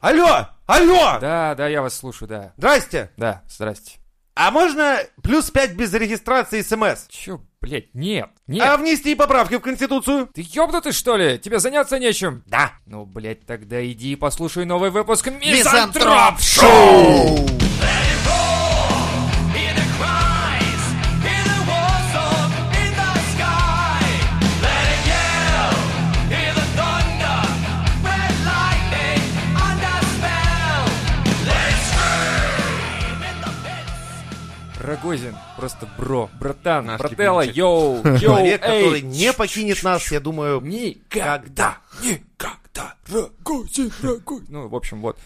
Алло! Алло! Да, да, я вас слушаю, да. Здрасте! Да, здрасте. А можно плюс 5 без регистрации смс? Чё, блядь, нет, нет. А внести поправки в Конституцию? Ты ёбнутый, что ли? Тебе заняться нечем? Да. Ну, блядь, тогда иди и послушай новый выпуск Мизантроп Мизантроп Шоу! Рогозин, просто бро, братан, Наш брателло, любимчик. йоу, йоу, Человек, который эй, не покинет нас, я думаю... Никогда! Никогда! Рогозин, Рогозин! Ну, в общем, вот.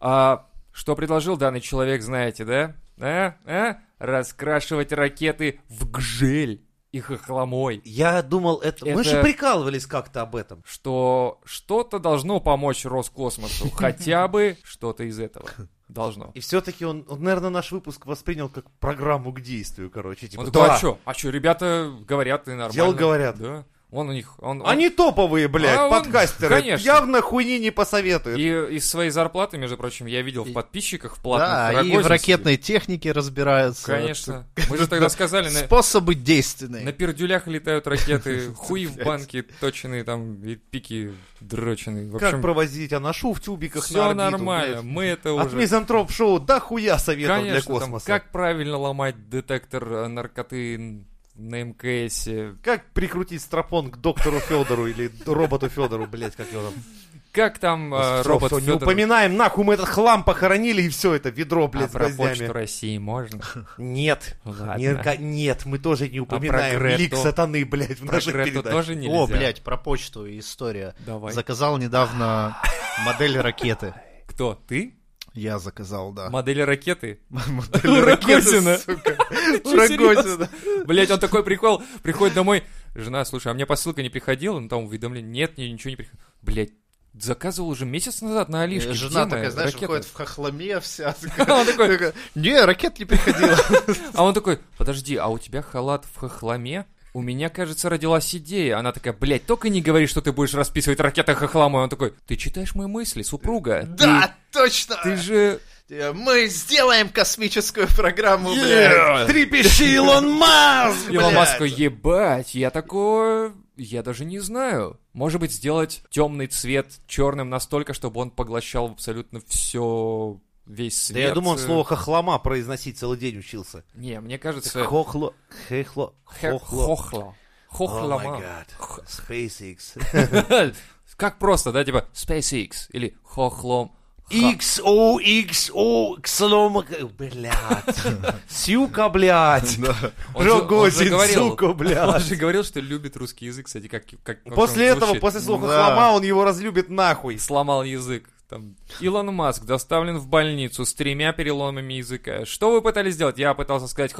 А, что предложил данный человек, знаете, да? А? А? Раскрашивать ракеты в гжель и хохломой. Я думал, это... Мы Это- же прикалывались как-то об этом. Что что-то должно помочь Роскосмосу. Хотя бы что-то из этого. Должно. И все-таки он, он, наверное, наш выпуск воспринял как программу к действию, короче. Типа, Он такой, да, а чё? А чё, ребята говорят и нормально. Дел говорят. Да. Он у них... Он, он- Они а топовые, блядь, А он- подкастеры. конечно. Явно хуйни не посоветуют. И из своей зарплаты, между прочим, я видел в подписчиках в платных Да, и в Рогозинских. ракетной технике разбираются. Конечно. Мы же тогда сказали, на, Способы на действенные. пердюлях летают ракеты, хуи в банке точеные там, и пики дроченые. В Как общем, провозить аношу в тюбиках на все орбиту, нормально, блядь. А мы это От уже... мизантроп шоу до хуя советов для Конечно, там, космоса. как правильно ломать детектор э, наркоты н- на МКСе, Как прикрутить стропон к доктору Федору или роботу Федору, блядь, как его там. как там э, Всё, робот всё, не Фёдоров? упоминаем, нахуй мы этот хлам похоронили и все это ведро, А блядь, с про почту гвоздями. России можно? Нет. Ладно. Не- ка- нет, мы тоже не упоминаем А Грету? лик сатаны, блядь, в Про наших Грету передачах. тоже нельзя. О, блядь, про почту и история. Давай. Заказал недавно модель ракеты. Кто? Ты? Я заказал, да. Модель ракеты? Модель У ракеты, Рогозина. сука. чё, У Рогозина. серьёзно? Блять, он такой прикол, приходит домой, жена, слушай, а мне посылка не приходила, ну там уведомление, нет, мне ничего не приходило. Блять, заказывал уже месяц назад на Алишке. Э, где Жена моя такая, знаешь, ракета? выходит в хохломе вся. такая, Он такой, такая, Не, ракет не приходила. а он такой, подожди, а у тебя халат в хохломе? У меня, кажется, родилась идея. Она такая, блядь, только не говори, что ты будешь расписывать ракеты хохломой. Он такой, ты читаешь мои мысли, супруга. Да, точно. Ты, ты же... Э, Мы сделаем космическую программу, блядь. Э, Трепещи, Илон Маск, Илон блядь. Маск такой, ебать, я такое... Я даже не знаю. Может быть, сделать темный цвет черным настолько, чтобы он поглощал абсолютно все весь свет. Да я думал, он слово хохлома произносить целый день учился. Не, мне кажется... Хохло, хехло, Э. хе- хохло. Хохло. О май Хохлома. гад, SpaceX. Как просто, да, типа SpaceX или хохлом. Х- XO, XO, кслома, блядь. Сюка, блядь. Он же- он же Рогозин, говорил. сука, Он блядь. же говорил, что любит русский язык, кстати, как... как как После он этого, звучит. после слова Да. хохлома, он его разлюбит нахуй. сломал язык. Там, Илон Маск доставлен в больницу с тремя переломами языка. Что вы пытались сделать? Я пытался сказать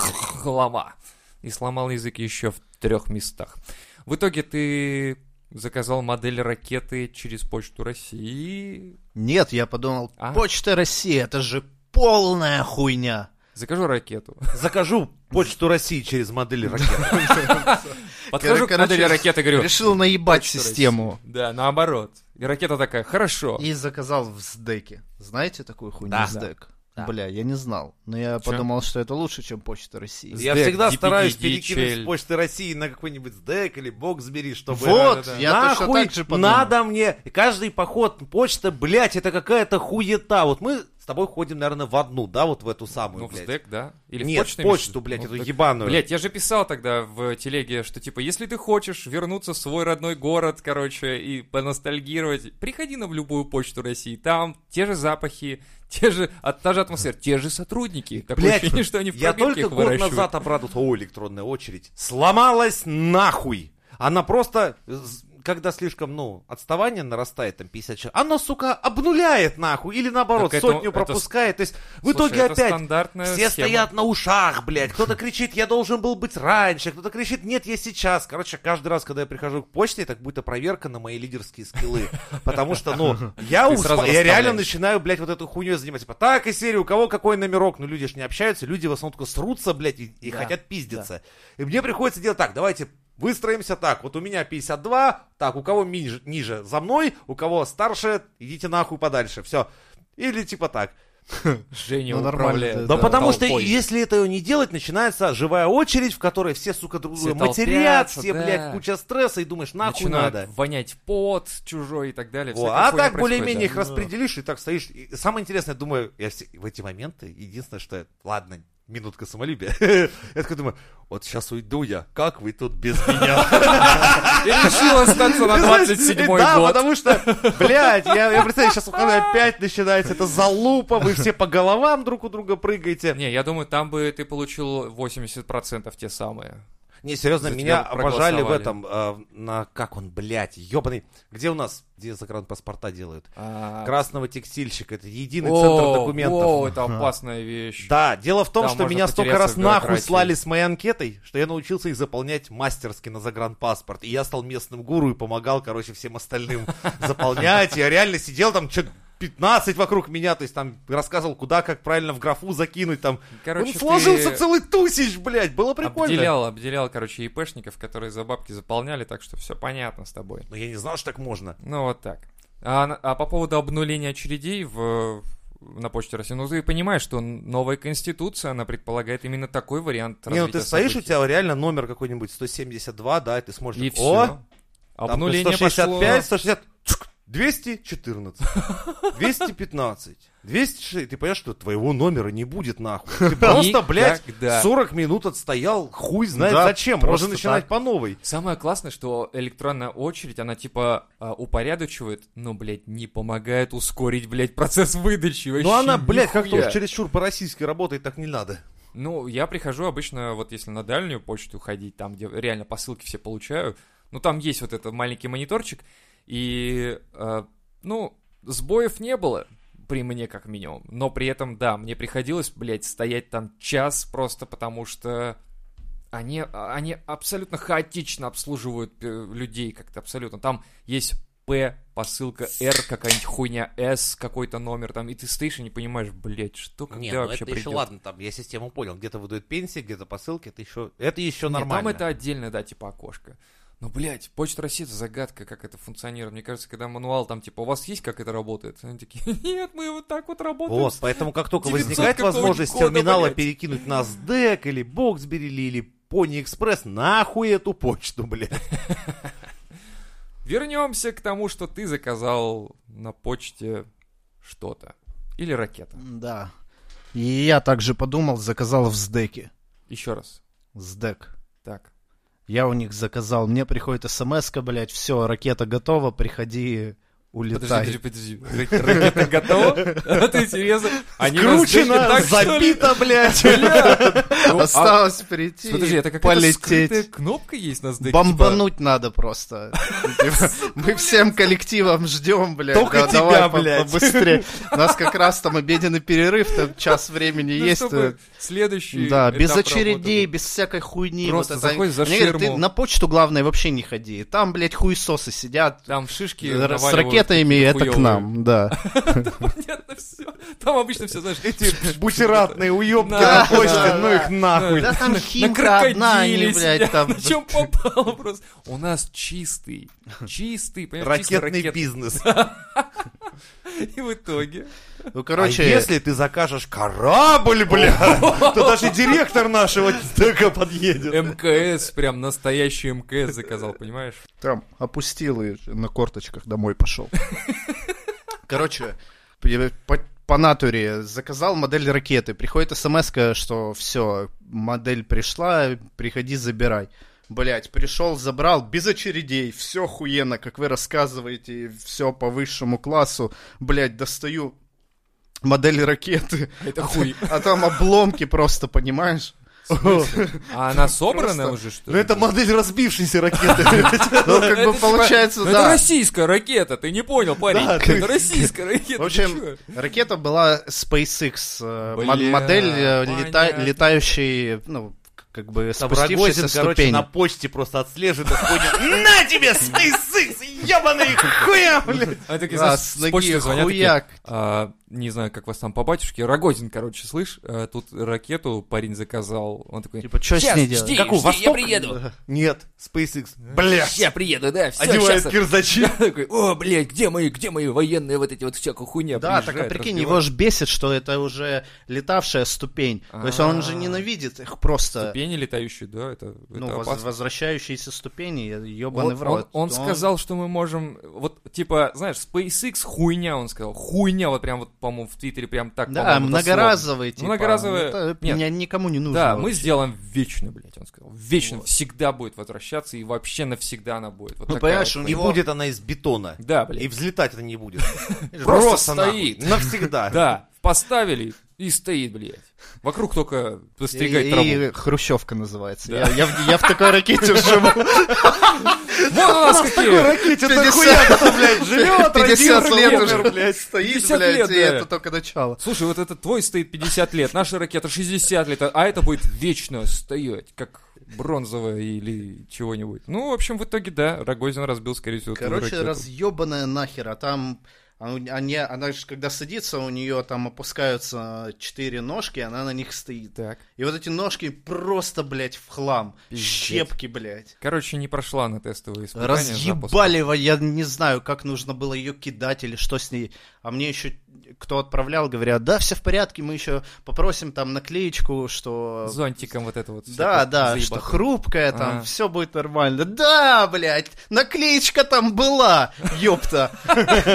хохлома. И сломал язык еще в трех местах. В итоге ты заказал модель ракеты через почту России. Нет, я подумал, А? Почта России, это же полная хуйня. Закажу ракету. Закажу почту России через модель ракеты. Подхожу к Короче, модели ракеты, говорю. Решил наебать «Почта систему. России». Да, наоборот. И ракета такая, хорошо. И заказал в СДЭКе. Знаете такую хуйню Да. СДЭК? Да. Бля, я не знал. Но я Чё? подумал, что это лучше, чем Почта России. Я Сдэк, всегда DPD, стараюсь DHL. перекинуть с почты России на какой-нибудь сдэк или боксбери, чтобы... Вот, да, да, да. я Нахуй точно так же подумал. надо мне. И Каждый поход, почта, блядь, это какая-то хуета. Вот мы с тобой ходим, наверное, в одну, да, вот в эту самую, Ну, в блядь. СДЭК, да? Или в Нет, почту, имеешь в почту, виду? блядь, Ну, эту так- ебаную. Блять, я же писал тогда в телеге, что типа, если ты хочешь вернуться в свой родной город, короче, и поностальгировать, приходи на в любую почту России. Там те же запахи, те же, а, та же атмосфера, те же сотрудники. Такое Блядь, ощущение, что они в Я пробирке только их год выращивают. назад обрадовался. О, электронная очередь. Сломалась нахуй. Она просто, з- когда слишком, ну, отставание нарастает, там, 50 человек, она, сука, обнуляет нахуй. Или наоборот, Так это- сотню это с- пропускает. То есть, в Слушай, итоге это опять стандартная все схема. стоят на ушах, блядь. Кто-то кричит, я должен был быть раньше. Кто-то кричит, нет, я сейчас. Короче, каждый раз, когда я прихожу к почте, так будто проверка на мои лидерские скиллы. Потому что, ну, я, Ты усп- сразу я реально расставляешь. начинаю, блядь, вот эту хуйню заниматься. Типа, так, и серии, у кого какой номерок? Ну, люди ж не общаются, люди в основном только срутся, блядь, и, и Да, хотят пиздиться. И мне приходится делать так, давайте Выстроимся так, вот у меня 52, так, у кого ниже, ниже за мной, у кого старше, идите нахуй подальше, все. Или типа так. Женя Ну, нормально, управляет. да, Да да. потому что э, толпой. если этого не делать, начинается живая очередь, в которой все, сука, друг Все друга матерят, толпятся, все, да. блядь, куча стресса, и думаешь, нахуй Начинают надо. вонять пот чужой и так далее. Во, всякая а хуйня так более-менее их происходит, Ну, распределишь, и так стоишь. И самое интересное, думаю, я все- в эти моменты, единственное, что я- ладно, минутка самолюбия. Я такой думаю, вот сейчас уйду я, как вы тут без меня? да. И решил остаться на Ты знаешь, 27 Да, год. потому что, блядь, я, я представляю, сейчас ухожу, опять начинается это залупа, вы все по головам друг у друга прыгаете. Не, я думаю, там бы ты получил 80% те самые. Не, серьезно, За тебя меня бы обожали в проголосовали. этом, э, на, как он, блядь, ебаный, где у нас, где загранпаспорта делают? А, Красного текстильщика, это единый воу, центр документов. воу, это опасная вещь. Да, дело в том, Там что можно меня столько раз потеряться в нахуй бюрократии. слали с моей анкетой, что я научился их заполнять мастерски на загранпаспорт. И я стал местным гуру и помогал, короче, всем остальным заполнять. Я реально сидел там что-то 15 вокруг меня, то есть там рассказывал, куда, как правильно в графу закинуть, там. Короче, Он сложился ты целый тусич, блядь, было прикольно. Обделял, обделял, короче, ИПшников, которые за бабки заполняли, так что все понятно с тобой. Но я не знал, что так можно. Ну вот так. А, на- а по поводу обнуления очередей в, на Почте России, ну ты понимаешь, что новая конституция, она предполагает именно такой вариант Не, ну ты развития стоишь, у событий. тебя реально номер какой-нибудь 172, да, и ты смотришь, И А ну, так, все. о, Там Обнуление 165, пошло. 160, цк, 214, 215, 206. Ты понимаешь, что твоего номера не будет нахуй. Ты просто, блядь, Никогда. 40 минут отстоял, хуй знает Да, зачем. просто Можно начинать так. по новой. Самое классное, что электронная очередь, она типа а, упорядочивает, но, блядь, не помогает ускорить, блядь, процесс выдачи. Но Ну, она, блядь, как-то уж чересчур по-российски работает, так не надо. Ну, я прихожу обычно, вот если на дальнюю почту ходить, там, где реально посылки все получаю, ну, там есть вот этот маленький мониторчик, и, э, ну, сбоев не было, при мне как минимум, но при этом, да, мне приходилось, блядь, стоять там час просто потому что они, они абсолютно хаотично обслуживают э, людей как-то абсолютно. Там есть П, посылка R, какая-нибудь хуйня S, какой-то номер там, и ты стоишь и не понимаешь, блядь, что, когда ну, вообще придет. там, я систему понял. Где-то выдают пенсии, где-то посылки, это еще, это еще Нет, Там это отдельно, да, типа окошко. Но, блядь, Почта России это загадка, как это функционирует. Мне кажется, когда мануал там, типа, у вас есть, как это работает? Они такие, нет, мы вот так вот работаем. Вот, поэтому как только 900 возникает какого-нибудь возможность года, терминала блядь. перекинуть на СДЭК или Боксбери или Пони Экспресс, нахуй эту почту, блядь. Вернемся к тому, что ты заказал на почте что-то. Или ракета. Да. И я также подумал, заказал в СДЭКе. Еще раз. СДЭК. Так. Я у них заказал. Мне приходит смс блядь, все, ракета готова, приходи, Подожди, улетай. подожди, подожди. Ра- Ракета готова? А ты серьезно? Они Скручено, раздели так, забито, что ли? блядь. Бля! Ну, а- Осталось прийти, Подожди, это какая-то скрытая типа полететь. кнопка есть на сдыке? Бомбануть надо просто. Ну, типа, Мы всем коллективом ждем, блядь. Только да, тебя, давай по- блядь. побыстрее. У нас как раз там обеденный перерыв, там час времени Ну, есть. э, чтобы следующий Да, без этап очередей, работы без всякой хуйни. Просто это. заходишь за Они говорят, ширму. ты на почту, главное, вообще не ходи. Там, блядь, хуесосы сидят. был. Там шишки Р- Э, С наваливают ракетами какие-то это к хуёвые. нам, да. Понятно все. Там обычно все, знаешь, Эти бутератные уебки Да, на почте, да, ну их нахуй. Да там химка крокодиле одна, они, сидят, блядь, там. на чем попало просто. У нас чистый, чистый, понимаешь, чистый Ракетный ракет. бизнес. И в итоге. Ну, Короче, а короче, если ты закажешь корабль, блядь, то даже директор нашего СДЭКа подъедет. МКС, прям настоящий МКС заказал, понимаешь? Там опустил и на корточках домой пошел. Короче, я по, по натуре заказал модель ракеты. Приходит смс, что все, модель пришла, приходи, забирай. Блять, пришел, забрал, без очередей, все хуенно, как вы рассказываете, все по высшему классу. Блять, достаю модель ракеты, Это хуй. а там обломки просто, понимаешь? А она собрана Просто- уже, что Ну ли? это модель разбившейся ракеты. блядь. Ну, как Это бы типа- получается, Это да. российская ракета, ты не понял, парень. Да, ты- Это российская ракета. В ты общем, чё? ракета была SpaceX, э, Бля, мо- модель э, лета- понятно. летающей, ну, к- как бы Там спустившейся Рогозин, короче, ступень. на почте просто отслеживает, так понял, на тебе, SpaceX, ебаный хуя, блядь. А такие, Да, знаешь, с с ноги почты звонят, такие, хуяк. «А, не знаю, как вас там по батюшке, Рогозин, короче, слышь, э, тут ракету парень заказал, он такой, Типа, что с ней делать? жди, Как у жди, я Востока? приеду, Нет, SpaceX. Бля, я приеду, да, все, одевает кирзачи. такой, о, блядь, где мои, где мои военные вот эти вот всякую хуйня Да, так приезжает, а прикинь, разбивает. его же бесит, что это уже летавшая ступень. То есть он же А. ненавидит их просто. Ступени летающие, да, это, Ну, это воз- опасно. возвращающиеся ступени, Он, ебаный в он- рот. он сказал, что мы можем, вот, типа, знаешь, SpaceX хуйня, он сказал, хуйня, вот прям вот, по-моему, в Твиттере прям так, Да, по-моему, дословно. многоразовые, типа. Многоразовые, это нет. ни- никому не нужно. Да, мы вообще. сделаем вечно, блядь, он сказал. Вечно, всегда будет возвращаться, и вообще навсегда она будет. Вот Ну, такая понимаешь, вот у И него- будет она из бетона. хуйня. Да, И блядь. взлетать это не будет. Просто нахуй, стоит. Навсегда. Да, поставили и стоит, блядь. Вокруг только И, постригать и траву. Хрущевка называется. Да. Я, я в, я в такой ракете живу. Вон у нас какие! Ракете 50 кто, блядь, живет, 50 лет радиоактивный, уже, блядь. блядь, стоит, 50 блядь, лет, и да. это только начало. Слушай, вот этот твой стоит 50 лет, наша ракета 60 лет, а это будет вечно стоять, как бронзовая или чего-нибудь. Ну, в общем, в итоге, да, Рогозин разбил, скорее всего, твою Короче, ракету. разъебанная нахер, а там а у- они, она же когда садится, у нее там опускаются четыре ножки, она на них стоит. Так. И вот эти ножки просто, блядь, в хлам. Пиздец. Щепки, блядь. Короче, не прошла на тестовые испытания. запуска. Разъебали, во- я не знаю, как нужно было ее кидать или что с ней. А мне еще кто отправлял, говорят, да, все в порядке, мы еще попросим там наклеечку, что... Зонтиком вот это вот. Да, всякое да, заебатое. что хрупкая там, Ага. все будет нормально. Да, блядь, наклеечка там была, ёпта.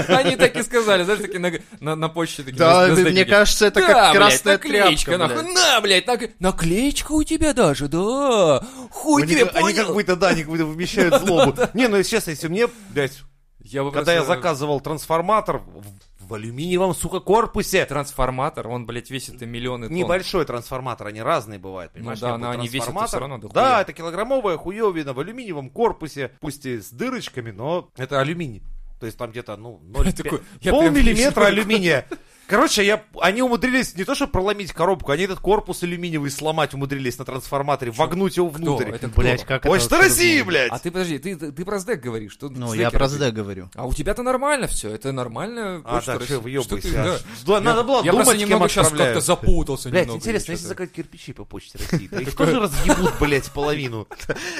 Они так и сказали, знаешь, такие на, на, на почте такие. на- Да, на ты- мне стендике. кажется, это Да, как блядь, красная наклеечка, тряпка, нахуй. блядь. На, блядь, нак- наклеечка у тебя даже, да. Хуй Ну, Они тебе, как- понял? Они как будто, да, они как будто вмещают злобу. Не, ну, если честно, если мне, блядь, Я бы когда я просто- заказывал трансформатор в в алюминиевом, сука, корпусе, Трансформатор, он, блядь, весит и миллионы тонн. Небольшой трансформатор, они разные бывают, понимаешь? Ну да, У меня но был они весят-то трансформатор. всё равно дохуя. Да, это килограммовая хуевина в алюминиевом корпусе, пусть и с дырочками, но это алюминий. То есть там где-то, ну, Я такой, 0,5 я прям полмиллиметра вижу. алюминия. Короче, я, они умудрились не то, что проломить коробку, они этот корпус алюминиевый сломать умудрились на трансформаторе, вогнуть его Кто? внутрь. Это кто? Блядь, как это Почта вообще России, возможно? блядь! А ты, подожди, ты, ты про СДЭК говоришь. Тут Ну, сдэкеры я про ты. СД говорю. А у тебя-то нормально все, это нормально. А, почта да, России. чё, Что ты, въебывайся. да. а? Да, надо было Я думать, просто с немного кем сейчас как-то отправляют. запутался Блядь, немного, интересно, если и чё-то. заказать кирпичи по почте России, то их тоже разъебут, блядь, половину.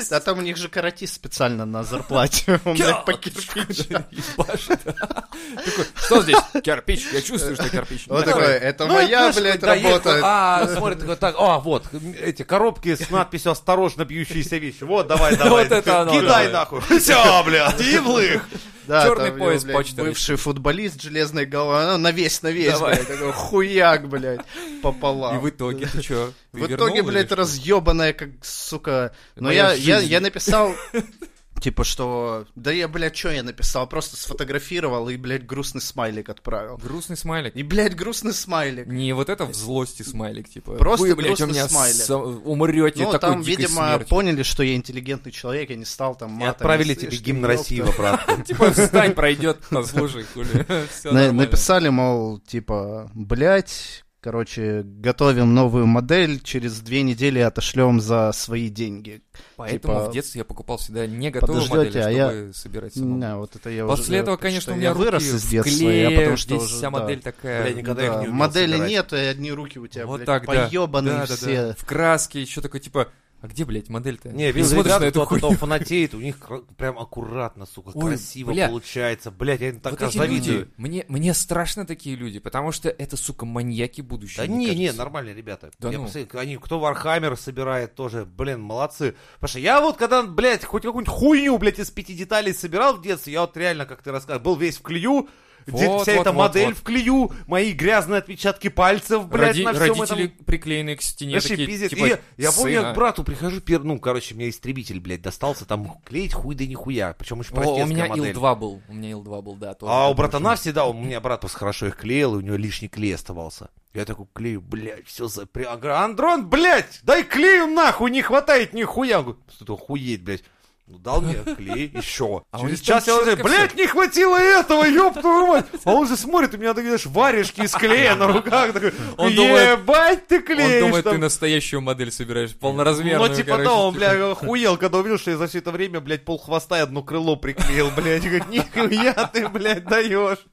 А там у них же каратист специально на зарплате. Он, блядь, по кирпичу. Ебашит. Такой, Что здесь? Кирпич. Я чувствую, что кирпич. Он Да. такой, это Ну, моя, знаешь, вот блядь, доехал, работа. А, смотрит, такой, так, а, вот, эти коробки с надписью «Осторожно, бьющиеся вещи». Вот, давай, давай. Вот это оно, Кидай давай. нахуй. Все, блядь, и в лых. Да, Чёрный там его, пояс блядь, почта Бывший футболист, железная голова, ну, на весь, на весь, Давай. блядь, такой хуяк, блядь, И пополам. в итоге ты чё? ты А, В вернул или итоге, блядь, что? разъебанная, как, сука... Но Моя я, я, жизнь. я написал, типа, что... Да я, блядь, что я написал? Просто сфотографировал и, блядь, грустный смайлик отправил. Грустный смайлик. И, блядь, грустный смайлик. Не вот это в злости смайлик, типа. Просто Вы, блядь, у грустный меня смайлик. со- умрете Ну, такой там, дикой видимо, смертью. поняли, что я интеллигентный человек, я не стал там И матом. отправили «Слышь, тебе ты, гимн ёпта». России в обратку. Типа, встань, пройдет, послушай, хули. Всё На- нормально. написали, мол, типа, блядь, короче, готовим новую модель, через две недели отошлем за свои деньги. Поэтому типа, в детстве я покупал всегда не готовую модель, подождете, чтобы а я- собирать самому. Не, вот это я После уже- этого, потому конечно, что у меня я вырос руки из в детства, клее, я потому что здесь уже, вся да. модель такая. Бля, никогда я Да, не умел модели собирать. нет, и одни руки у тебя, вот блядь, так, да. поёбаные Да, да, да. все. В краске, еще такой, типа, а где, блядь, модель-то? Не, Ты видел смотришь ребята, на кто эту а от этого хуйню. фанатеет, у них кра- прям аккуратно, сука, Ой, красиво бля. получается. Блядь, я им так а Вот эти завидую. люди, мне, мне страшно такие люди, потому что это, сука, маньяки будущего. Да мне не, не, кажется. нормальные ребята. Да я ну. посмотрел, они, кто Вархаммер собирает тоже, блин, молодцы. Потому что я вот когда, блядь, хоть какую-нибудь хуйню, блядь, из пяти деталей собирал в детстве, я вот реально, как ты рассказывал, был весь в клею, где Вот, вся вот, эта вот, модель вот. в клею, мои грязные отпечатки пальцев, блядь, Роди- на всем родители этом. приклеенные к стене Вообще такие, пиздец. типа, И я- я помню, я «Сына». к брату прихожу, пер... ну, короче, у меня истребитель, блядь, достался, там клеить хуй да нихуя, причем очень О, простецкая у меня модель. Ил-2 был, у меня Ил-2 был, да. тоже А у такой братана же. всегда, у меня брат просто хорошо их клеил, и у него лишний клей оставался. Я такой клею, блядь, все за... Я говорю, Андрон, блядь, дай клею нахуй, не хватает нихуя. Он говорит, что ты охуеть, блядь. Ну дал мне клей, еще. А у Через них там час я уже, четко блядь, не хватило и этого, ёб твою мать. А он же смотрит, у меня такие, знаешь, варежки из клея на руках. Такой, Он думает- ебать ты клеишь Он думает, там». ты настоящую модель собираешь, полноразмерную, Ну, типа, короче, да, он, типа. бля, охуел, когда увидел, что я за все это время, блядь, полхвоста и одно крыло приклеил, блядь. И Говорит, нихуя ты, блядь, даешь.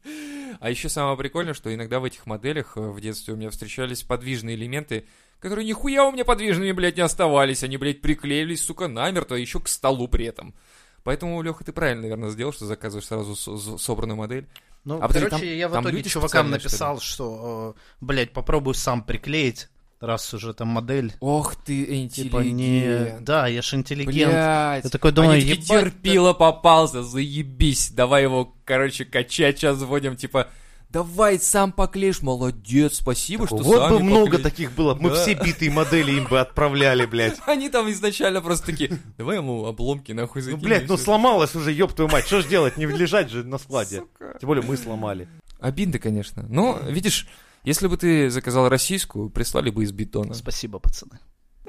А еще самое прикольное, что иногда в этих моделях э, в детстве у меня встречались подвижные элементы, которые нихуя у меня подвижными, блядь, не оставались. Они, блядь, приклеились, сука, намертво, еще к столу при этом. Поэтому, Леха, ты правильно, наверное, сделал, что заказываешь сразу со- со- собранную модель. Ну, А подожди, короче, там- я в там итоге люди чувакам специальные, что ли? написал, что, э, блядь, попробую сам приклеить, раз уже там модель. Ох ты, Типа не... интеллигент. Да, я ж интеллигент. Блядь. Я такой думаю, Они такие, ебать, терпила попался, заебись, давай его, короче, качать, сейчас вводим, типа, давай сам поклеишь, молодец, спасибо, что вот сами бы много поклеили». таких было, мы Да. все битые модели им бы отправляли, блядь. Они там изначально просто такие, давай ему обломки нахуй Ну, закинем. блядь, ну всё». сломалась уже, ёб твою мать, что ж делать, не лежать же на складе. Сука. Тем более мы сломали. Обидно, конечно. Но, видишь, если бы ты заказал российскую, прислали бы из бетона. Спасибо, пацаны.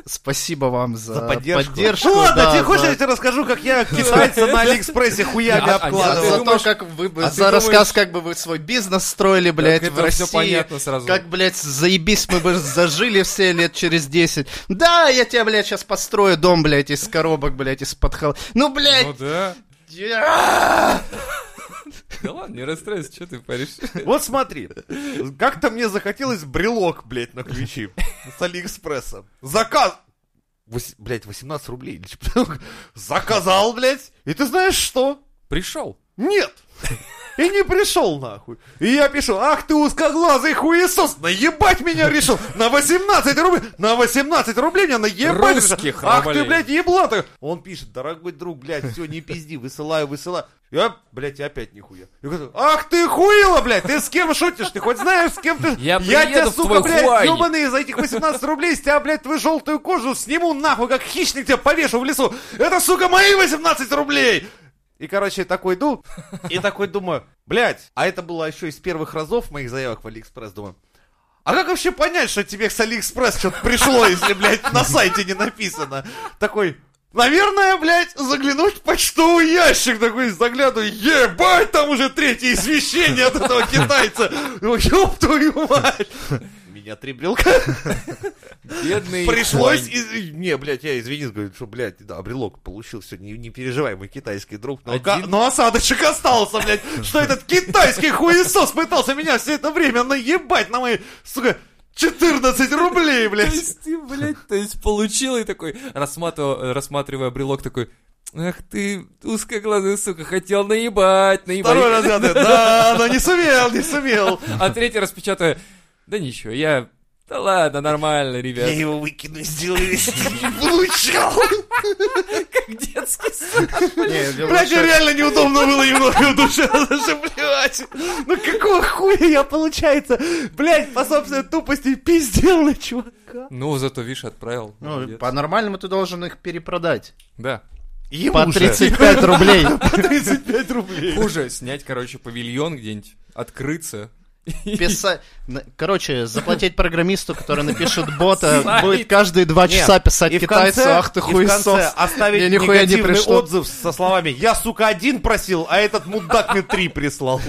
Спасибо вам за, За поддержку. поддержку, Ну ладно, да, тебе хочешь, за- я тебе расскажу, как я китайца на Алиэкспрессе хуями А- а- за, ты за обкладывал. думаешь- то, как вы бы- а ты за думаешь- рассказ, как бы вы свой бизнес строили, блядь, Так это в России. всё понятно сразу. Как, блядь, заебись, мы бы зажили все лет через 10. Да, я тебе, блядь, сейчас построю дом, блядь, из коробок, блядь, из-под хол... Ну, блядь! Ну да. я- Да ладно, не расстраивайся, что ты паришь. Вот смотри, как-то мне захотелось брелок, блядь, на ключи с Алиэкспресса. Заказ... Вось- Блядь, 18 рублей. или что-то. Заказал, блядь, и ты знаешь что? Пришел. Нет! И не пришел нахуй. И я пишу, ах ты узкоглазый хуесос, наебать меня решил. На 18 рублей, на 18 рублей меня наебать решил. Русских Ах ты, рублей. блядь, еблата. Он пишет, дорогой друг, блядь, все, не пизди, высылаю, высылаю. Я, блядь, и опять нихуя. Я говорю, ах ты хуила, блядь, ты с кем шутишь? Ты хоть знаешь, с кем ты? Я тебя, приеду в твой сука, блядь, Хуай. ебаный, за этих 18 рублей с тебя, блядь, твою желтую кожу сниму нахуй, как хищник тебя повешу в лесу. Это, сука, мои 18 рублей! И, короче, такой иду, и такой думаю, блядь, а это было еще из первых разов моих заявок в Алиэкспресс, думаю, а как вообще понять, что тебе с Алиэкспресс что-то пришло, если, блядь, на сайте не написано? Такой, наверное, блядь, заглянуть в почтовый ящик. Такой заглядываю, ебать, там уже третье извещение от этого китайца. Думаю, Ёб твою мать. Меня три брелка. Бедный Пришлось... конь. из- Не, блядь, я извинись, говорю, что, блядь, да, брелок получил, все, не, не переживай, мой китайский друг. Но, Один? ка- но осадочек остался, блядь, что этот китайский хуесос пытался меня все это время наебать на мои, сука, 14 рублей, То блядь. есть ты, блядь, то есть получил и такой, рассматривая, рассматривая брелок, такой, ах ты, узкоглазый, сука, хотел наебать, наебать. Второй раз я, да, но не сумел, не сумел. А третий раз печатаю, да ничего, я... Да ладно, нормально, Я ребят. его выкину из дела, если не получал. Как детский сад. Не, Блядь, мне реально неудобно было немного в душе, потому что, блядь, ну какого хуя я, получается, блядь, по собственной тупости пиздел на чувака. Ну, зато, видишь, отправил. Ну, Молодец. по-нормальному ты должен их перепродать. Да. Ему По же. 35 рублей. 35 рублей. Хуже снять, короче, павильон где-нибудь, открыться. Писа- на- Короче, заплатить программисту, который напишет бота, Сайт. будет каждые два Нет, часа писать и в китайцу, конце- ах ты и в конце хуесос. оставить Мне нихуя не негативный пришло. отзыв со словами «Я, сука, один просил, а этот мудак мне три прислал».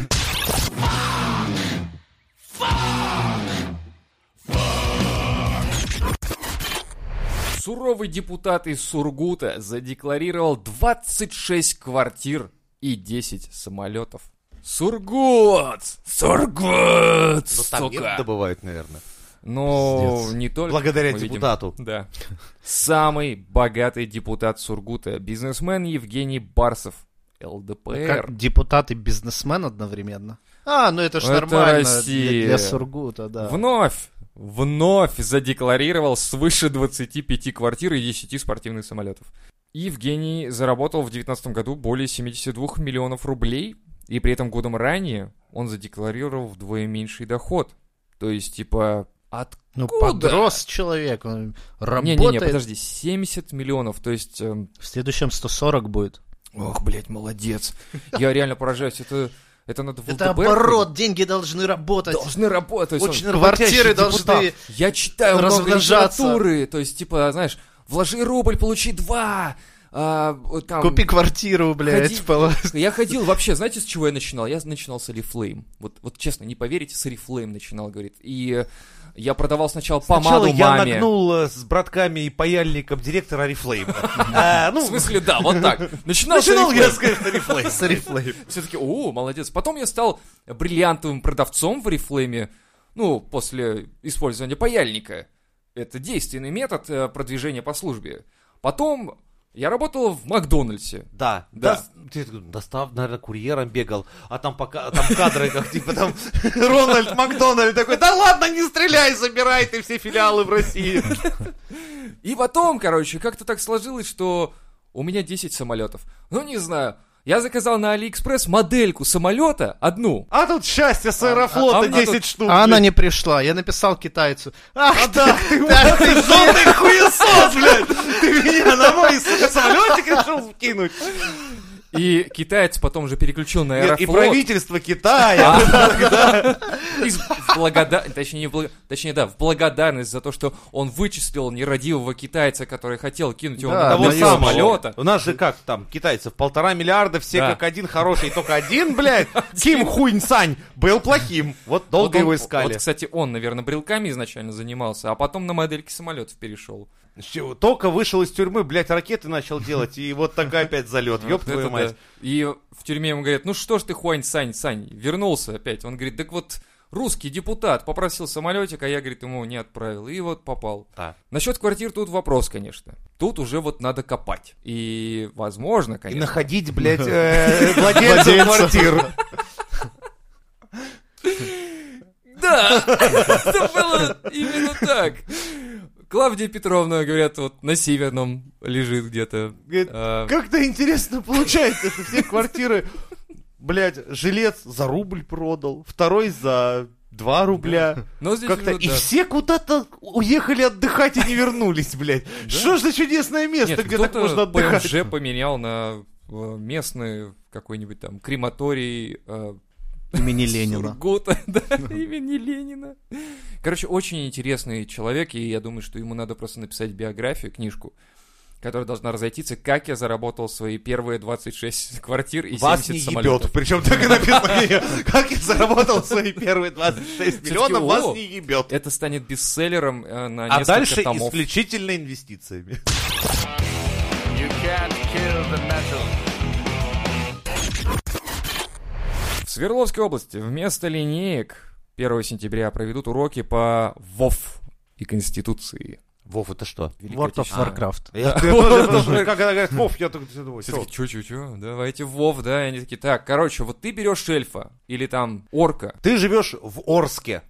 Суровый депутат из Сургута задекларировал 26 квартир и 10 самолетов. Сургут! Сургут! Ну, Сука! добывают, наверное. Ну, Пиздец. не только. Благодаря мы видим. депутату. Да. Самый богатый депутат Сургута, бизнесмен Евгений Барсов, ЛДПР. Как депутат и бизнесмен одновременно. А, ну это ж Это нормально Россия. для, для Сургута, да. Вновь, вновь задекларировал свыше 25 квартир и 10 спортивных самолетов. Евгений заработал в 2019 году более 72 миллионов рублей, и при этом годом ранее он задекларировал вдвое меньший доход. То есть, типа, от... Ну, Куда? подрос человек, он работает. Не-не-не, подожди, 70 миллионов, то есть... эм, В следующем 140 будет. Ох, блядь, молодец. Я реально поражаюсь, это... Это надо в Это ЛДПР оборот, деньги должны работать. Должны работать. он- Очень работящий Квартиры должны... депутат. Я читаю много Размножаться. литературы, то есть, типа, знаешь, вложи рубль, получи два, а, вот там- Купи квартиру, блядь, Ходи- пожалуйста. Я ходил вообще, знаете, с чего я начинал? Я начинал с Oriflame. Вот, вот честно, не поверите, с Oriflame начинал, говорит. И э, я продавал сначала Сначала помаду я маме. нагнул э, с братками и паяльником директора Арифлейма. А, В Ну, смысле, да, вот так. Начинал с начинал я Oriflame. с Арифлейма. С Oriflame. Все-таки, о, молодец. Потом я стал бриллиантовым продавцом в Oriflame, ну, после использования паяльника. Это действенный метод э, продвижения по службе. Потом я работал в Макдональдсе. Да, Да. да. Ты такой, достав, наверное, курьером бегал, а там пока там кадры, как типа там Рональд Макдональд такой, да ладно, не стреляй, забирай ты все филиалы в России. И потом, короче, как-то так сложилось, что у меня 10 самолетов. Ну, не знаю. Я заказал на Алиэкспресс модельку самолета одну. А тут счастье с а- а аэрофлота тут- 10 штук. А она блядь. не пришла. Я написал китайцу. Ах, Да, ты зонный хуесос, блядь! Ты меня на мой сука, самолетик решил вкинуть. И китаец потом же переключил на Нет, и Аэрофлот. А, правительство Китая. Из- в благода- Точнее, не в блага- точнее, да, в благодарность за то, что он вычислил нерадивого китайца, который хотел кинуть его Да, на а, Того борт даёшь. самого. самолета. У нас же как там, китайцев полтора миллиарда, все Да. как один хороший, только один, блядь, Ким Хунь Сань был плохим. Вот долго Вот он- его искали. Вот, кстати, он, наверное, брелками изначально занимался, а потом на модельке самолетов перешел. Всё, Только вышел из тюрьмы, блядь, ракеты начал делать, и вот такая опять залет. Ёб Вот твою это мать. да. И в тюрьме ему говорят, ну что ж ты, Хуань Сань, Сань, вернулся опять. Он говорит, так вот, русский депутат попросил самолетик, а я, говорит, ему не отправил. И вот попал. Да. Насчет квартир тут вопрос, конечно. Тут уже вот надо копать. И, возможно, И конечно. находить, блядь, э, владельцев квартир. Да, это было именно так. Клавдия Петровна, говорят, вот на Северном лежит где-то. Говорит, А, Как-то интересно получается, что все квартиры, блядь, жилец за рубль продал, второй за 2 рубля. Но здесь Как-то уже, и да. все куда-то уехали отдыхать и не вернулись, блядь. Что ж за чудесное место, Нет, где так кто-то можно отдыхать? ПМЖ поменял на э, местный какой-нибудь там крематорий э, Имени Ленина. Сургута, да, имени Ленина. Короче, очень интересный человек, и я думаю, что ему надо просто написать биографию, книжку, которая должна разойтиться, как я заработал свои первые 26 квартир и Вас 70 не самолетов. ебет. Причем так и написано. Как я заработал свои первые 26 миллионов, о. вас не ебет. Это станет бестселлером э, на А несколько дальше томов. исключительно инвестициями. В Свердловской области вместо линеек 1 сентября проведут уроки по ВОВ и Конституции. Вов, это что? World of Warcraft. Э, Как она говорит, Вов, я так думаю, Все таки чу-чу-чу, давайте в ВОВ, да, и они такие, так, короче, вот ты берешь эльфа или там орка, Ты живешь в Орске.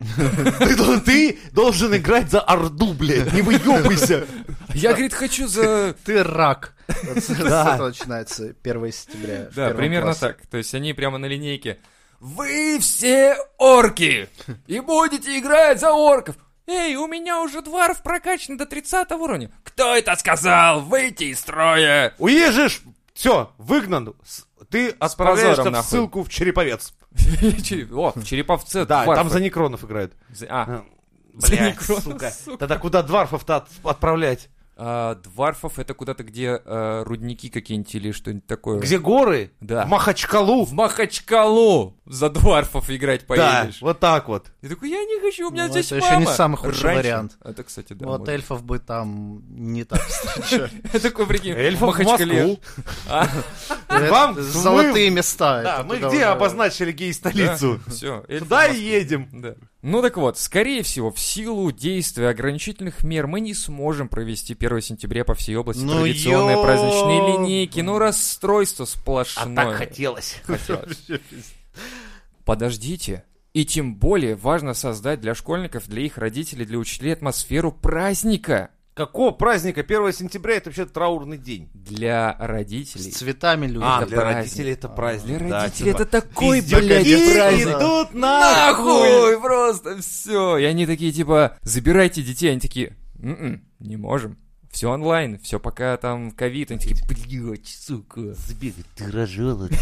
Ты дол- Ты должен играть за Орду, блядь. Не выебывайся. я, говорит, хочу за... Ты рак. Вот С с Да. этого начинается 1 сентября. в Да, первом примерно классе. так, то есть они прямо на линейке, вы все орки и будете играть за орков. Эй, у меня уже дварф прокачан до 30 уровня. Кто это сказал? Выйти из строя! Уезжешь, все, выгнан. С- Ты отправляешься позором, в нахуй. ссылку в Череповец. Череп- О, в Череповце Хм. Да, дварфы. там за Некронов играют. За- а, За Блядь, Некронов, сука. сука. Тогда куда Дварфов-то от- отправлять? а, Дварфов это куда-то, где а, рудники какие-нибудь или что-нибудь такое. Где горы? Да. В Махачкалу. В Махачкалу за дварфов играть Да, поедешь. вот так вот. Я такой, я не хочу, у меня Ну, здесь это ещё не мама. самый худший Раньше- вариант. Это, кстати, да. Вот можно. эльфов бы там не так встречали. Я такой, прикинь, Эльфов в Махачкале. Москву. А, Вам Это Золотые места. Да, это мы туда где уже- обозначили гей-столицу? Все, Туда и едем. Да. Ну так вот, скорее всего, в силу действия ограничительных мер мы не сможем провести 1 сентября по всей области Ну традиционные ё- праздничные линейки. Ну расстройство А сплошное. так хотелось. Подождите. И тем более важно создать для школьников, для их родителей, для учителей атмосферу праздника. Какого праздника? 1 сентября это вообще траурный день. Для С родителей. цветами люди. А, Это для праздник. родителей это праздник. Для да, родителей типа, это такой, пиздец, блядь, какие праздник. идут нахуй! Нахуй! Просто все. И они такие, типа, забирайте детей. Они такие, «М-м, не можем. Все онлайн, все пока там ковид. Они такие, блядь, сука. Забегай, ты рожала, ты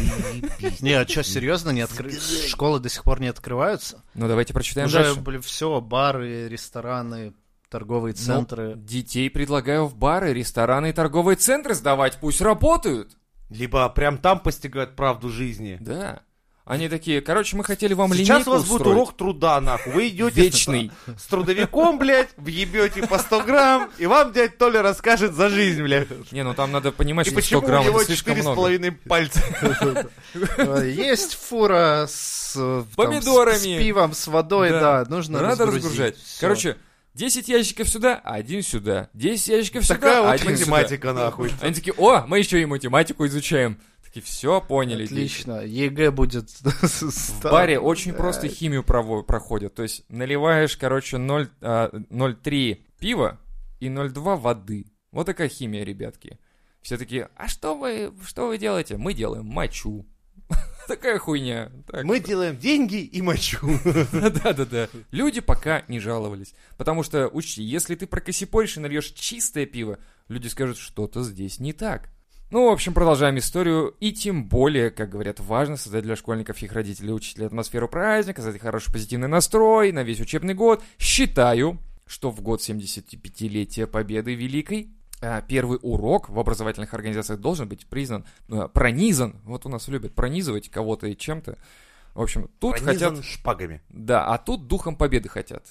ебись. Не, а что, серьезно, не откры... школы до сих пор не открываются? Ну давайте прочитаем Уже, дальше. блин, все, бары, рестораны, Ну. торговые центры. Детей предлагаю в бары, рестораны и торговые центры сдавать, пусть работают. Либо прям там постигают правду жизни. Да. Они такие, короче, мы хотели вам Сейчас линейку у вас будет устроить. урок труда, нахуй. Вы идете Вечный. с трудовиком, блядь, въебете по 100 грамм, и вам дядь Толя расскажет за жизнь, блядь. Не, ну там надо понимать, И что 100 почему грамм у него это слишком четыре с много. половиной пальца? Э, Есть фура с... э, там, Помидорами. с- С пивом, с водой, Да. да. Нужно Надо разгрузить. разгружать. Всё. Короче, 10 ящиков сюда, один сюда. 10 ящиков Такая сюда, вот один сюда. математика, нахуй. Они такие, о, мы еще и математику изучаем. Такие, все, поняли. дети». Отлично. ЕГЭ будет... Э, В баре очень просто химию прово- проходят. То есть наливаешь, короче, 0, а, 0,3 пива и 0,2 воды. Вот такая химия, ребятки. Все такие, а что вы, что вы делаете? Мы делаем мочу. Такая хуйня. Так. Мы делаем деньги и мочу. Да-да-да. Люди пока не жаловались. Потому что, учти, если ты прокосипоришь и нальешь чистое пиво, люди скажут, что-то здесь не так. Ну, в общем, продолжаем историю. И тем более, как говорят, важно создать для школьников и их родителей и учителей атмосферу праздника, создать хороший позитивный настрой на весь учебный год. Считаю, что в год 75-летия Победы Великой а, первый урок в образовательных организациях должен быть признан, а, пронизан. Вот у нас любят пронизывать кого-то и чем-то. В общем, тут хотят... Пронизан шпагами. Да, а тут духом победы хотят.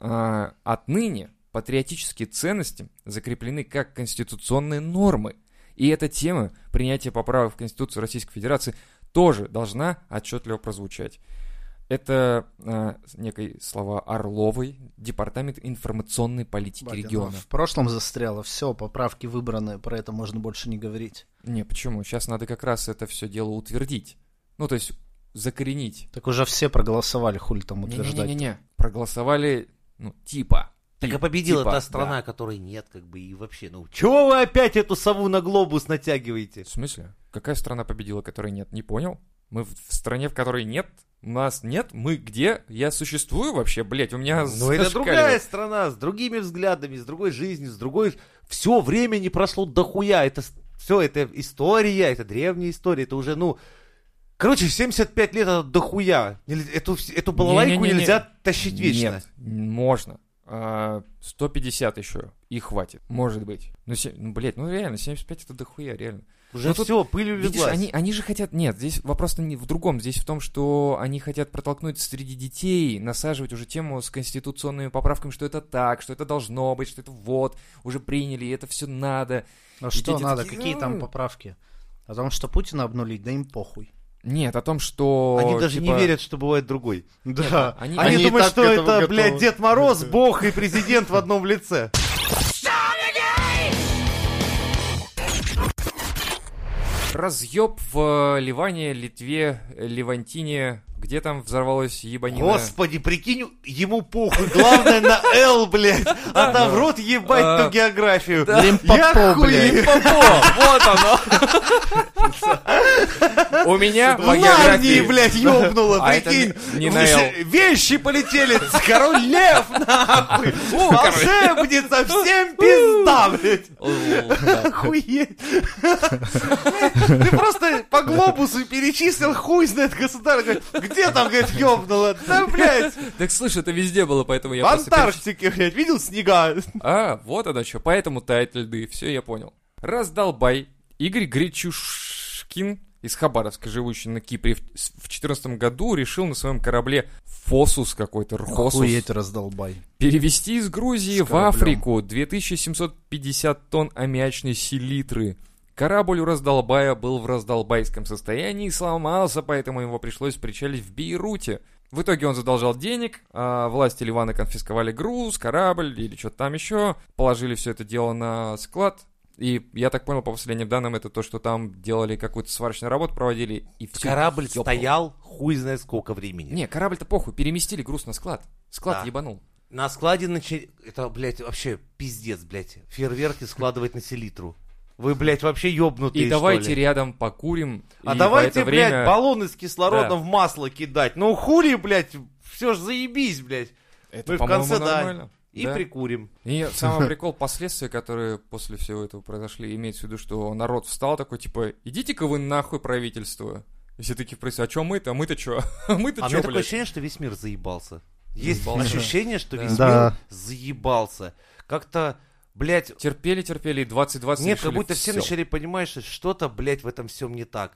А, отныне патриотические ценности закреплены как конституционные нормы. И эта тема принятия поправок в Конституцию Российской Федерации тоже должна отчетливо прозвучать. Это а, с- некой слова Орловой, Департамент информационной политики Блин, региона. В прошлом застряло. Все, поправки выбраны. Про это можно больше не говорить. Не, почему? Сейчас надо как раз это все дело утвердить. Ну, то есть закоренить. Так уже все проголосовали, хули там утверждать. Не-не-не, проголосовали, ну, типа. Так а Тип- победила типа, та страна, которой нет, как бы, и вообще, ну, чего вы опять эту сову на глобус натягиваете? В смысле? Какая страна победила, которой нет? Не понял? Мы в в стране, в которой нет? Нас нет? Мы где? Я существую вообще, блядь? У меня... Ну, это зашкаливает. другая страна, с другими взглядами, с другой жизнью, с другой... Все время не прошло дохуя, это все, это история, это древняя история, это уже, ну... Короче, 75 лет это дохуя. Нель- Эту, вс- эту балалайку Не-не-не-не. нельзя тащить вечно. Нет, можно. А, 150 еще, и хватит, может быть. Ну, се- ну, блядь, ну реально, 75 это дохуя, реально. Уже Ну, тут, все, пыль Видишь, улеглась. они, они же хотят... Нет, здесь вопрос не в другом. Здесь в том, что они хотят протолкнуть среди детей, насаживать уже тему с конституционными поправками, что это так, что это должно быть, что это вот, уже приняли, и это все надо. А что дети надо? такие, Какие «М». там поправки? О том, что Путина обнулить, да им похуй. Нет, о том, что... Они даже типа, не верят, что бывает другой. Да. они- Они, и думают, так что к это, этому готовы. блядь, Дед Мороз, Бог и президент в одном лице. Разъеб в э, Ливане, Литве, э, Левантине, где там взорвалась ебанина. Господи, прикинь, ему похуй. Главное на Л, блядь. А там в рот ебать А, ту географию. Лимпопо, Я хуею. блядь. Попо, вот оно. У меня В по географии... Нарнии, блядь, ёбнуло, А это прикинь. не- не на «Л». Вещи полетели. Король Лев, нахуй. Фу, короче. Волшебница, всем пизда, блядь. Л, да. Охуеть. Ты просто по глобусу перечислил хуй знает государство. Где там, говорит, ёбнуло? Да, блядь, Так слушай, это везде было, поэтому я в просто... Антарктике, блядь, видел снега? переч- А, вот оно что, поэтому тает льды, все, я понял. Раздолбай Игорь Гречушкин из Хабаровска, живущий на Кипре, в 2014 году решил на своем корабле Фосус какой-то, Рхосус, Охуеть раздолбай. Перевести из Грузии С в кораблем. Африку 2750 тонн аммиачной селитры. Корабль у раздолбая был в раздолбайском состоянии и сломался, поэтому его пришлось причалить в Бейруте. В итоге он задолжал денег, а власти Ливана конфисковали груз, корабль или что-то там еще, положили все это дело на склад. И я так понял, по последним данным, это то, что там делали какую-то сварочную работу, проводили и всё ёбнуло. хуй знает сколько времени. Не, корабль-то похуй, переместили груз на склад. Склад Да. ебанул. На складе начали... Это, блядь, вообще пиздец, блядь. Фейерверки складывать на селитру. Вы, блядь, вообще ёбнутые, И давайте что ли? рядом покурим. А и в давайте, это время... блядь, баллоны с кислородом в Да. масло кидать. Ну хули, блядь, все ж заебись, блядь. Это, Мы в по-моему, конце, да. нормально. И Да. прикурим. И самый прикол, последствия, которые после всего этого произошли, имеется в виду, что народ встал такой, типа, идите-ка вы нахуй правительство. И все такие спросили, а чё мы-то, мы-то чё? А мы-то а у чё, меня такое блядь? ощущение, что весь мир заебался. Есть Заебался. ощущение, что Да. весь Да. мир заебался. Как-то, блядь, Терпели, терпели, и 20-20 нет, как решили, будто все «Всё». начали понимать, что что-то, блядь, в этом всем не так.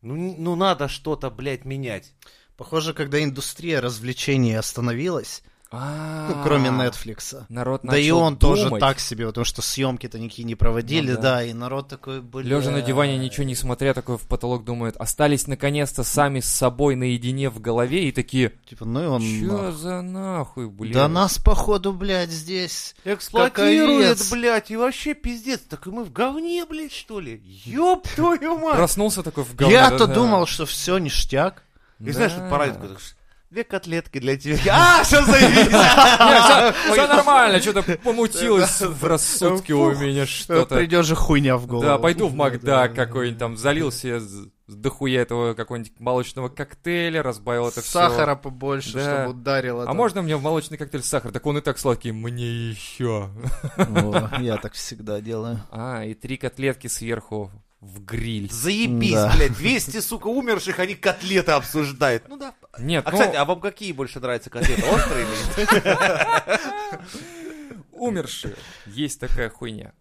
Ну, не- ну надо что-то, блядь, менять. Похоже, когда индустрия развлечений остановилась, А-а-а. ну, кроме Нетфликса. А, Народ Да и начал он тоже думать. так себе, потому что съемки-то никакие не проводили, Ну да. да. и народ такой, блин. Лежа на диване, ничего не смотря, такой в потолок думает. Остались наконец-то сами с собой наедине в голове и такие, Типа, ну и он чё нах- за нахуй, блин? Да нас, походу, блядь, здесь... Эксплуатирует, Каковец. блядь, и вообще пиздец. Так и мы в говне, блядь, что ли? Ёб твою мать! Проснулся такой в голове. Я-то думал, что все ништяк. И знаешь, вот по радио такой, Две котлетки для тебя. А, все заебись! Все нормально, что-то помутилось в рассудке у Фух. меня что-то. Придет же хуйня в голову. Да, пойду в Да, Макдак да, да. какой-нибудь там, залил себе з- дохуя этого какого-нибудь молочного коктейля, разбавил это все. Сахара побольше, Да. чтобы ударило. А там. можно мне в молочный коктейль сахар? Так он и так сладкий, мне еще. О, Я так всегда делаю. А, и три котлетки сверху в гриль. Заебись, Да. блядь. 200, сука, умерших, они котлеты обсуждают. Ну да. Нет, А, ну, кстати, а вам какие больше нравятся котлеты? Острые или нет? умершие. Есть такая хуйня.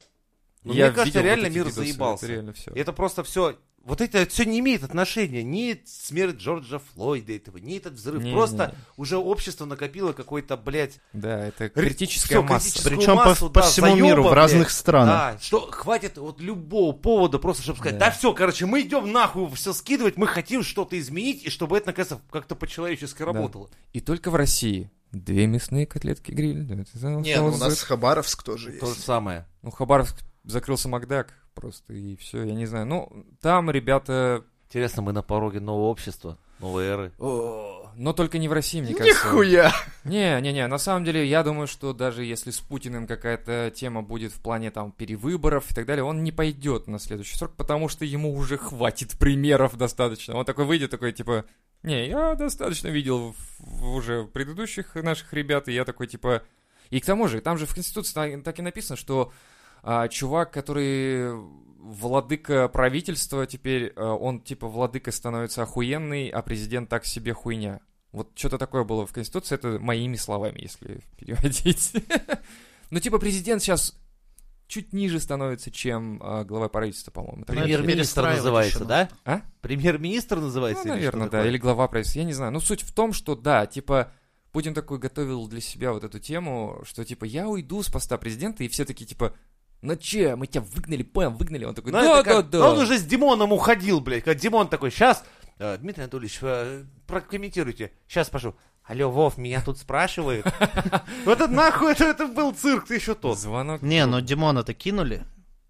Ну, Я мне кажется, видел реально вот эти мир видосы, заебался. это реально все. Это просто все... Вот это все не имеет отношения ни смерть Джорджа Флойда этого, ни этот взрыв. Не-не-не. Просто уже общество накопило какой-то, блядь, Да, это Ре- критическая всё, масса. критическая. Причем массу, по, по да, всему заёба, миру, в блядь. разных странах. Да, что хватит вот любого повода просто, чтобы сказать, Да. да, все, короче, мы идем нахуй все скидывать, мы хотим что-то изменить, и чтобы это, наконец, как-то по-человечески работало. И только в России. Две мясные котлетки гриль. да, ну, это самое Нет, у вкусное. нас Хабаровск Ну, тоже То же есть. самое. Ну, Хабаровск закрылся Макдак просто, и все, я не знаю. Ну, там ребята... Интересно, мы на пороге нового общества, новой эры. Но только не в России, мне кажется. Нихуя! Не-не-не, на самом деле, я думаю, что даже если с Путиным какая-то тема будет в плане там перевыборов и так далее, он не пойдет на следующий срок, потому что ему уже хватит примеров достаточно. Он такой выйдет, такой типа, не, я достаточно видел в- в- уже предыдущих наших ребят, и я такой типа... И к тому же, там же в Конституции та- так и написано, что а, чувак, который владыка правительства, теперь а, он типа владыка становится охуенный, а президент так себе хуйня. Вот что-то такое было в Конституции, это моими словами, если переводить. Ну, типа, президент сейчас чуть ниже становится, чем а, глава правительства, по-моему. Так Премьер- Премьер-министр перестраивать называется, еще да? А? Премьер-министр называется? Ну, или наверное, что-то да, такое? или глава правительства, я не знаю. Но суть в том, что да, типа, Путин такой готовил для себя вот эту тему, что типа, я уйду с поста президента, и все такие типа, ну че, мы тебя выгнали, пэм, выгнали. Он такой, Ну, это как- да-да-да. Он уже с Димоном уходил, блядь. Когда Димон такой, сейчас, Дмитрий Анатольевич, э, прокомментируйте. Сейчас прошу. Алло, Вов, меня тут спрашивают. Вот это нахуй, это- это был цирк, ты еще тот. Звонок. Не, ну Димона-то кинули.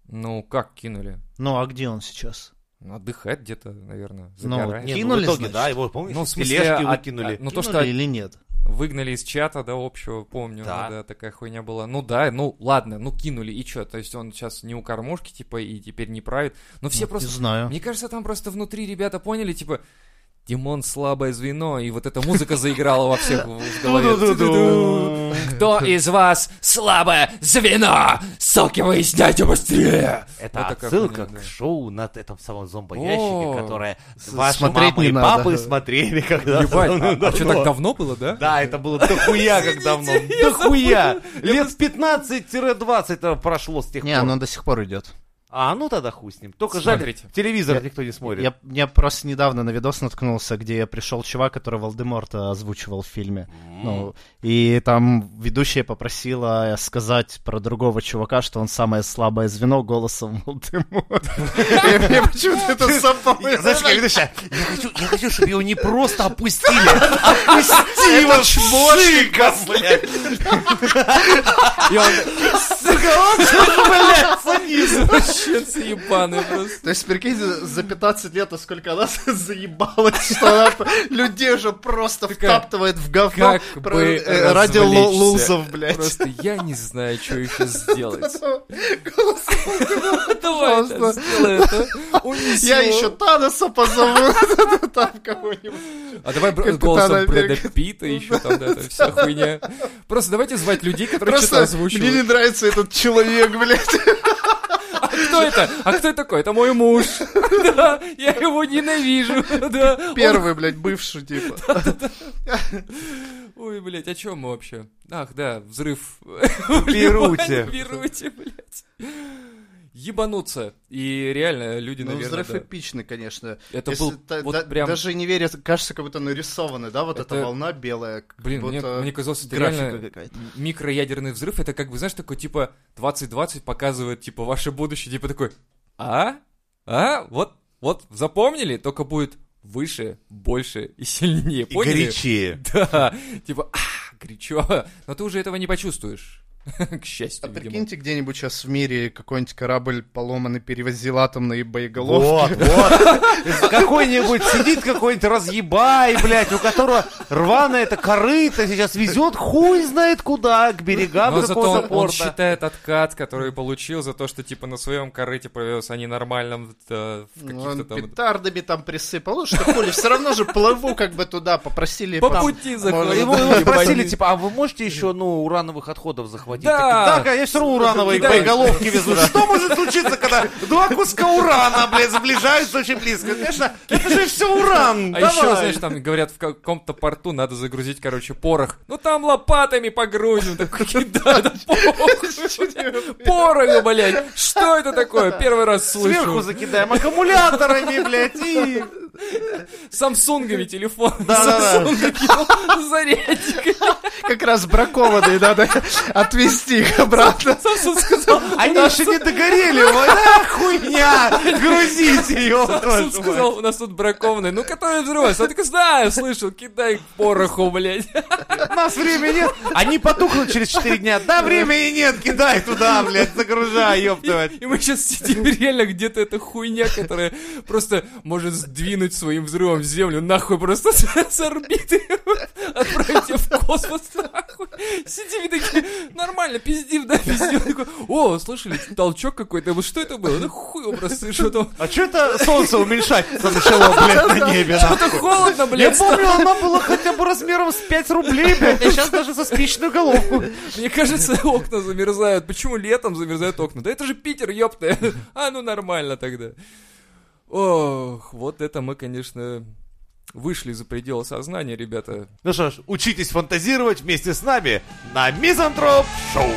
Ну, как кинули? Ну а где он сейчас? Ну, отдыхает где-то, наверное, Ну, загорает. Не, ну, Кинули, в итоге, значит? да, его, помнишь, Ну, в в смысле, тележки от- выкинули. от- ну, то, Кинули что или нет? выгнали из чата, да, общего, помню, Да. да. такая хуйня была. Ну да, ну ладно, ну кинули, и что? То есть он сейчас не у кормушки, типа, и теперь не правит. Но все Ну, просто... Не знаю. Мне кажется, там просто внутри ребята поняли, типа, Димон слабое звено, и вот эта музыка заиграла во всех в- в голове. Кто из вас слабое звено? Ссылки выясняйте быстрее! Это Вот такая отсылка хуйня, к да. шоу на т- этом самом О. зомбоящике, которое ваши смотреть мамы не и надо. папы смотрели когда Ебать, а, что, так давно было, да? Да, это было дохуя как давно. Дохуя. Лет 15-20 это прошло с тех Не, ну, пор. оно до сих пор идет. А, ну тогда хуй с ним. Только Смотрите. жаль, телевизор Я- никто не смотрит. Я, я просто недавно на видос наткнулся, где я пришел чувак, который Волдеморта озвучивал в фильме. Ну, и там ведущая попросила сказать про другого чувака, что он самое слабое звено голосом Волдеморта. И мне почему-то это Я, запомнилось. знаешь, как ведущая, я хочу, я хочу, чтобы его не просто опустили, опусти его шмотника, блядь. И он Блядь, садись. извращенцы ебаные просто. То есть, прикиньте, за 15 лет, а сколько она заебалась, что она людей же просто Такая, втаптывает в говно Как про- бы э, ради лу- развлечься. лузов, блядь. Просто я не знаю, что еще сделать. Давай, Просто. да, сделай это. Унеси Я его. еще Таноса позову, там кого-нибудь. А давай бр- Капитана голосом Америка. Брэда Питта еще там, да, это вся хуйня. Просто давайте звать людей, которые что-то Просто мне не озвучивают. нравится этот человек, блядь. А кто это? А кто такой? Это мой муж. Да, я его ненавижу. Да. он- Первый, блядь, бывший, типа. Ой, блядь, о чем мы вообще? Ах, да, взрыв. В Бейруте. В Бейруте, блядь. Ебануться. И реально люди, Ну, наверное, взрыв да. эпичный, конечно. Это Если был та- вот да- прям... Даже не верится, кажется, как будто нарисовано, да, вот Это- эта волна белая. как Блин, мне, будто мне казалось, это графика реально какая-то. м- микроядерный взрыв. Это как бы, знаешь, такой типа 2020 показывает, типа, ваше будущее. Типа такой, а? А? Вот, вот, запомнили? Только будет выше, больше и сильнее. И Поняли? горячее. Да, типа, а, горячо. Но ты уже этого не почувствуешь. К А счастью, видимо. прикиньте, где-нибудь сейчас в мире какой-нибудь корабль поломанный перевозил атомные боеголовки. Вот, вот. Какой-нибудь сидит какой-нибудь разъебай, блядь, у которого рваное это корыто сейчас везет хуй знает куда, к берегам Но зато он, какого-то он порта. считает откат, который получил за то, что типа на своем корыте провез, а не нормальном э, в Ну, каких-то Он там... петардами там присыпал. Ну что, хули, все равно же плыву как бы туда, попросили. По там- пути может, заходит. Его его ебанит. спросили, типа, а вы можете еще, ну, урановых отходов захватить? Да. Так, да, конечно, урановые Да. боеголовки везут. Что может случиться, когда два куска урана, блядь, сближаются очень близко? Конечно, это же все уран. А давай. еще, знаешь, там говорят, в каком-то порту надо загрузить, короче, порох. Ну там лопатами погрузим. Так, Да, да похуй. Порох, блядь. Что это такое? Первый раз Сверху слышу. закидаем аккумуляторами, блядь, и... Самсунгами телефон. Да-да-да. Samsung кинул. Зарядник. Как раз бракованные надо отвезти их обратно. Samsung сказал, Они еще не догорели, вот а, хуйня, грузите ее. Суд сказал, у нас тут бракованный. Ну, который взрывается. Я так и знаю, слышал, кидай пороху, блядь. У нас времени нет. Они потухнут через 4 дня. Да, времени нет, кидай туда, блядь, загружай, ёптывать. И мы сейчас сидим реально где-то эта хуйня, которая просто может сдвинуть своим взрывом землю нахуй просто с, с орбиты. Отправить ее в космос нахуй. Сидим и такие, нормально, пиздим, да, пиздим. Такой, О, слышали, толчок какой-то. Вот Что это было? Ну, хуй его просто слышу. Там А что это солнце уменьшаться начало, блядь, на небе? нахуй? Что-то холодно, Я блядь. помню, оно было хотя бы размером с 5 рублей, блядь, а сейчас даже за спичную головку. Мне кажется, окна замерзают. Почему летом замерзают окна? Да это же Питер, ёпта. А, ну нормально тогда. Ох, вот это мы, конечно, вышли за пределы сознания, ребята. Ну что ж, учитесь фантазировать вместе с нами на Мизантроп Шоу.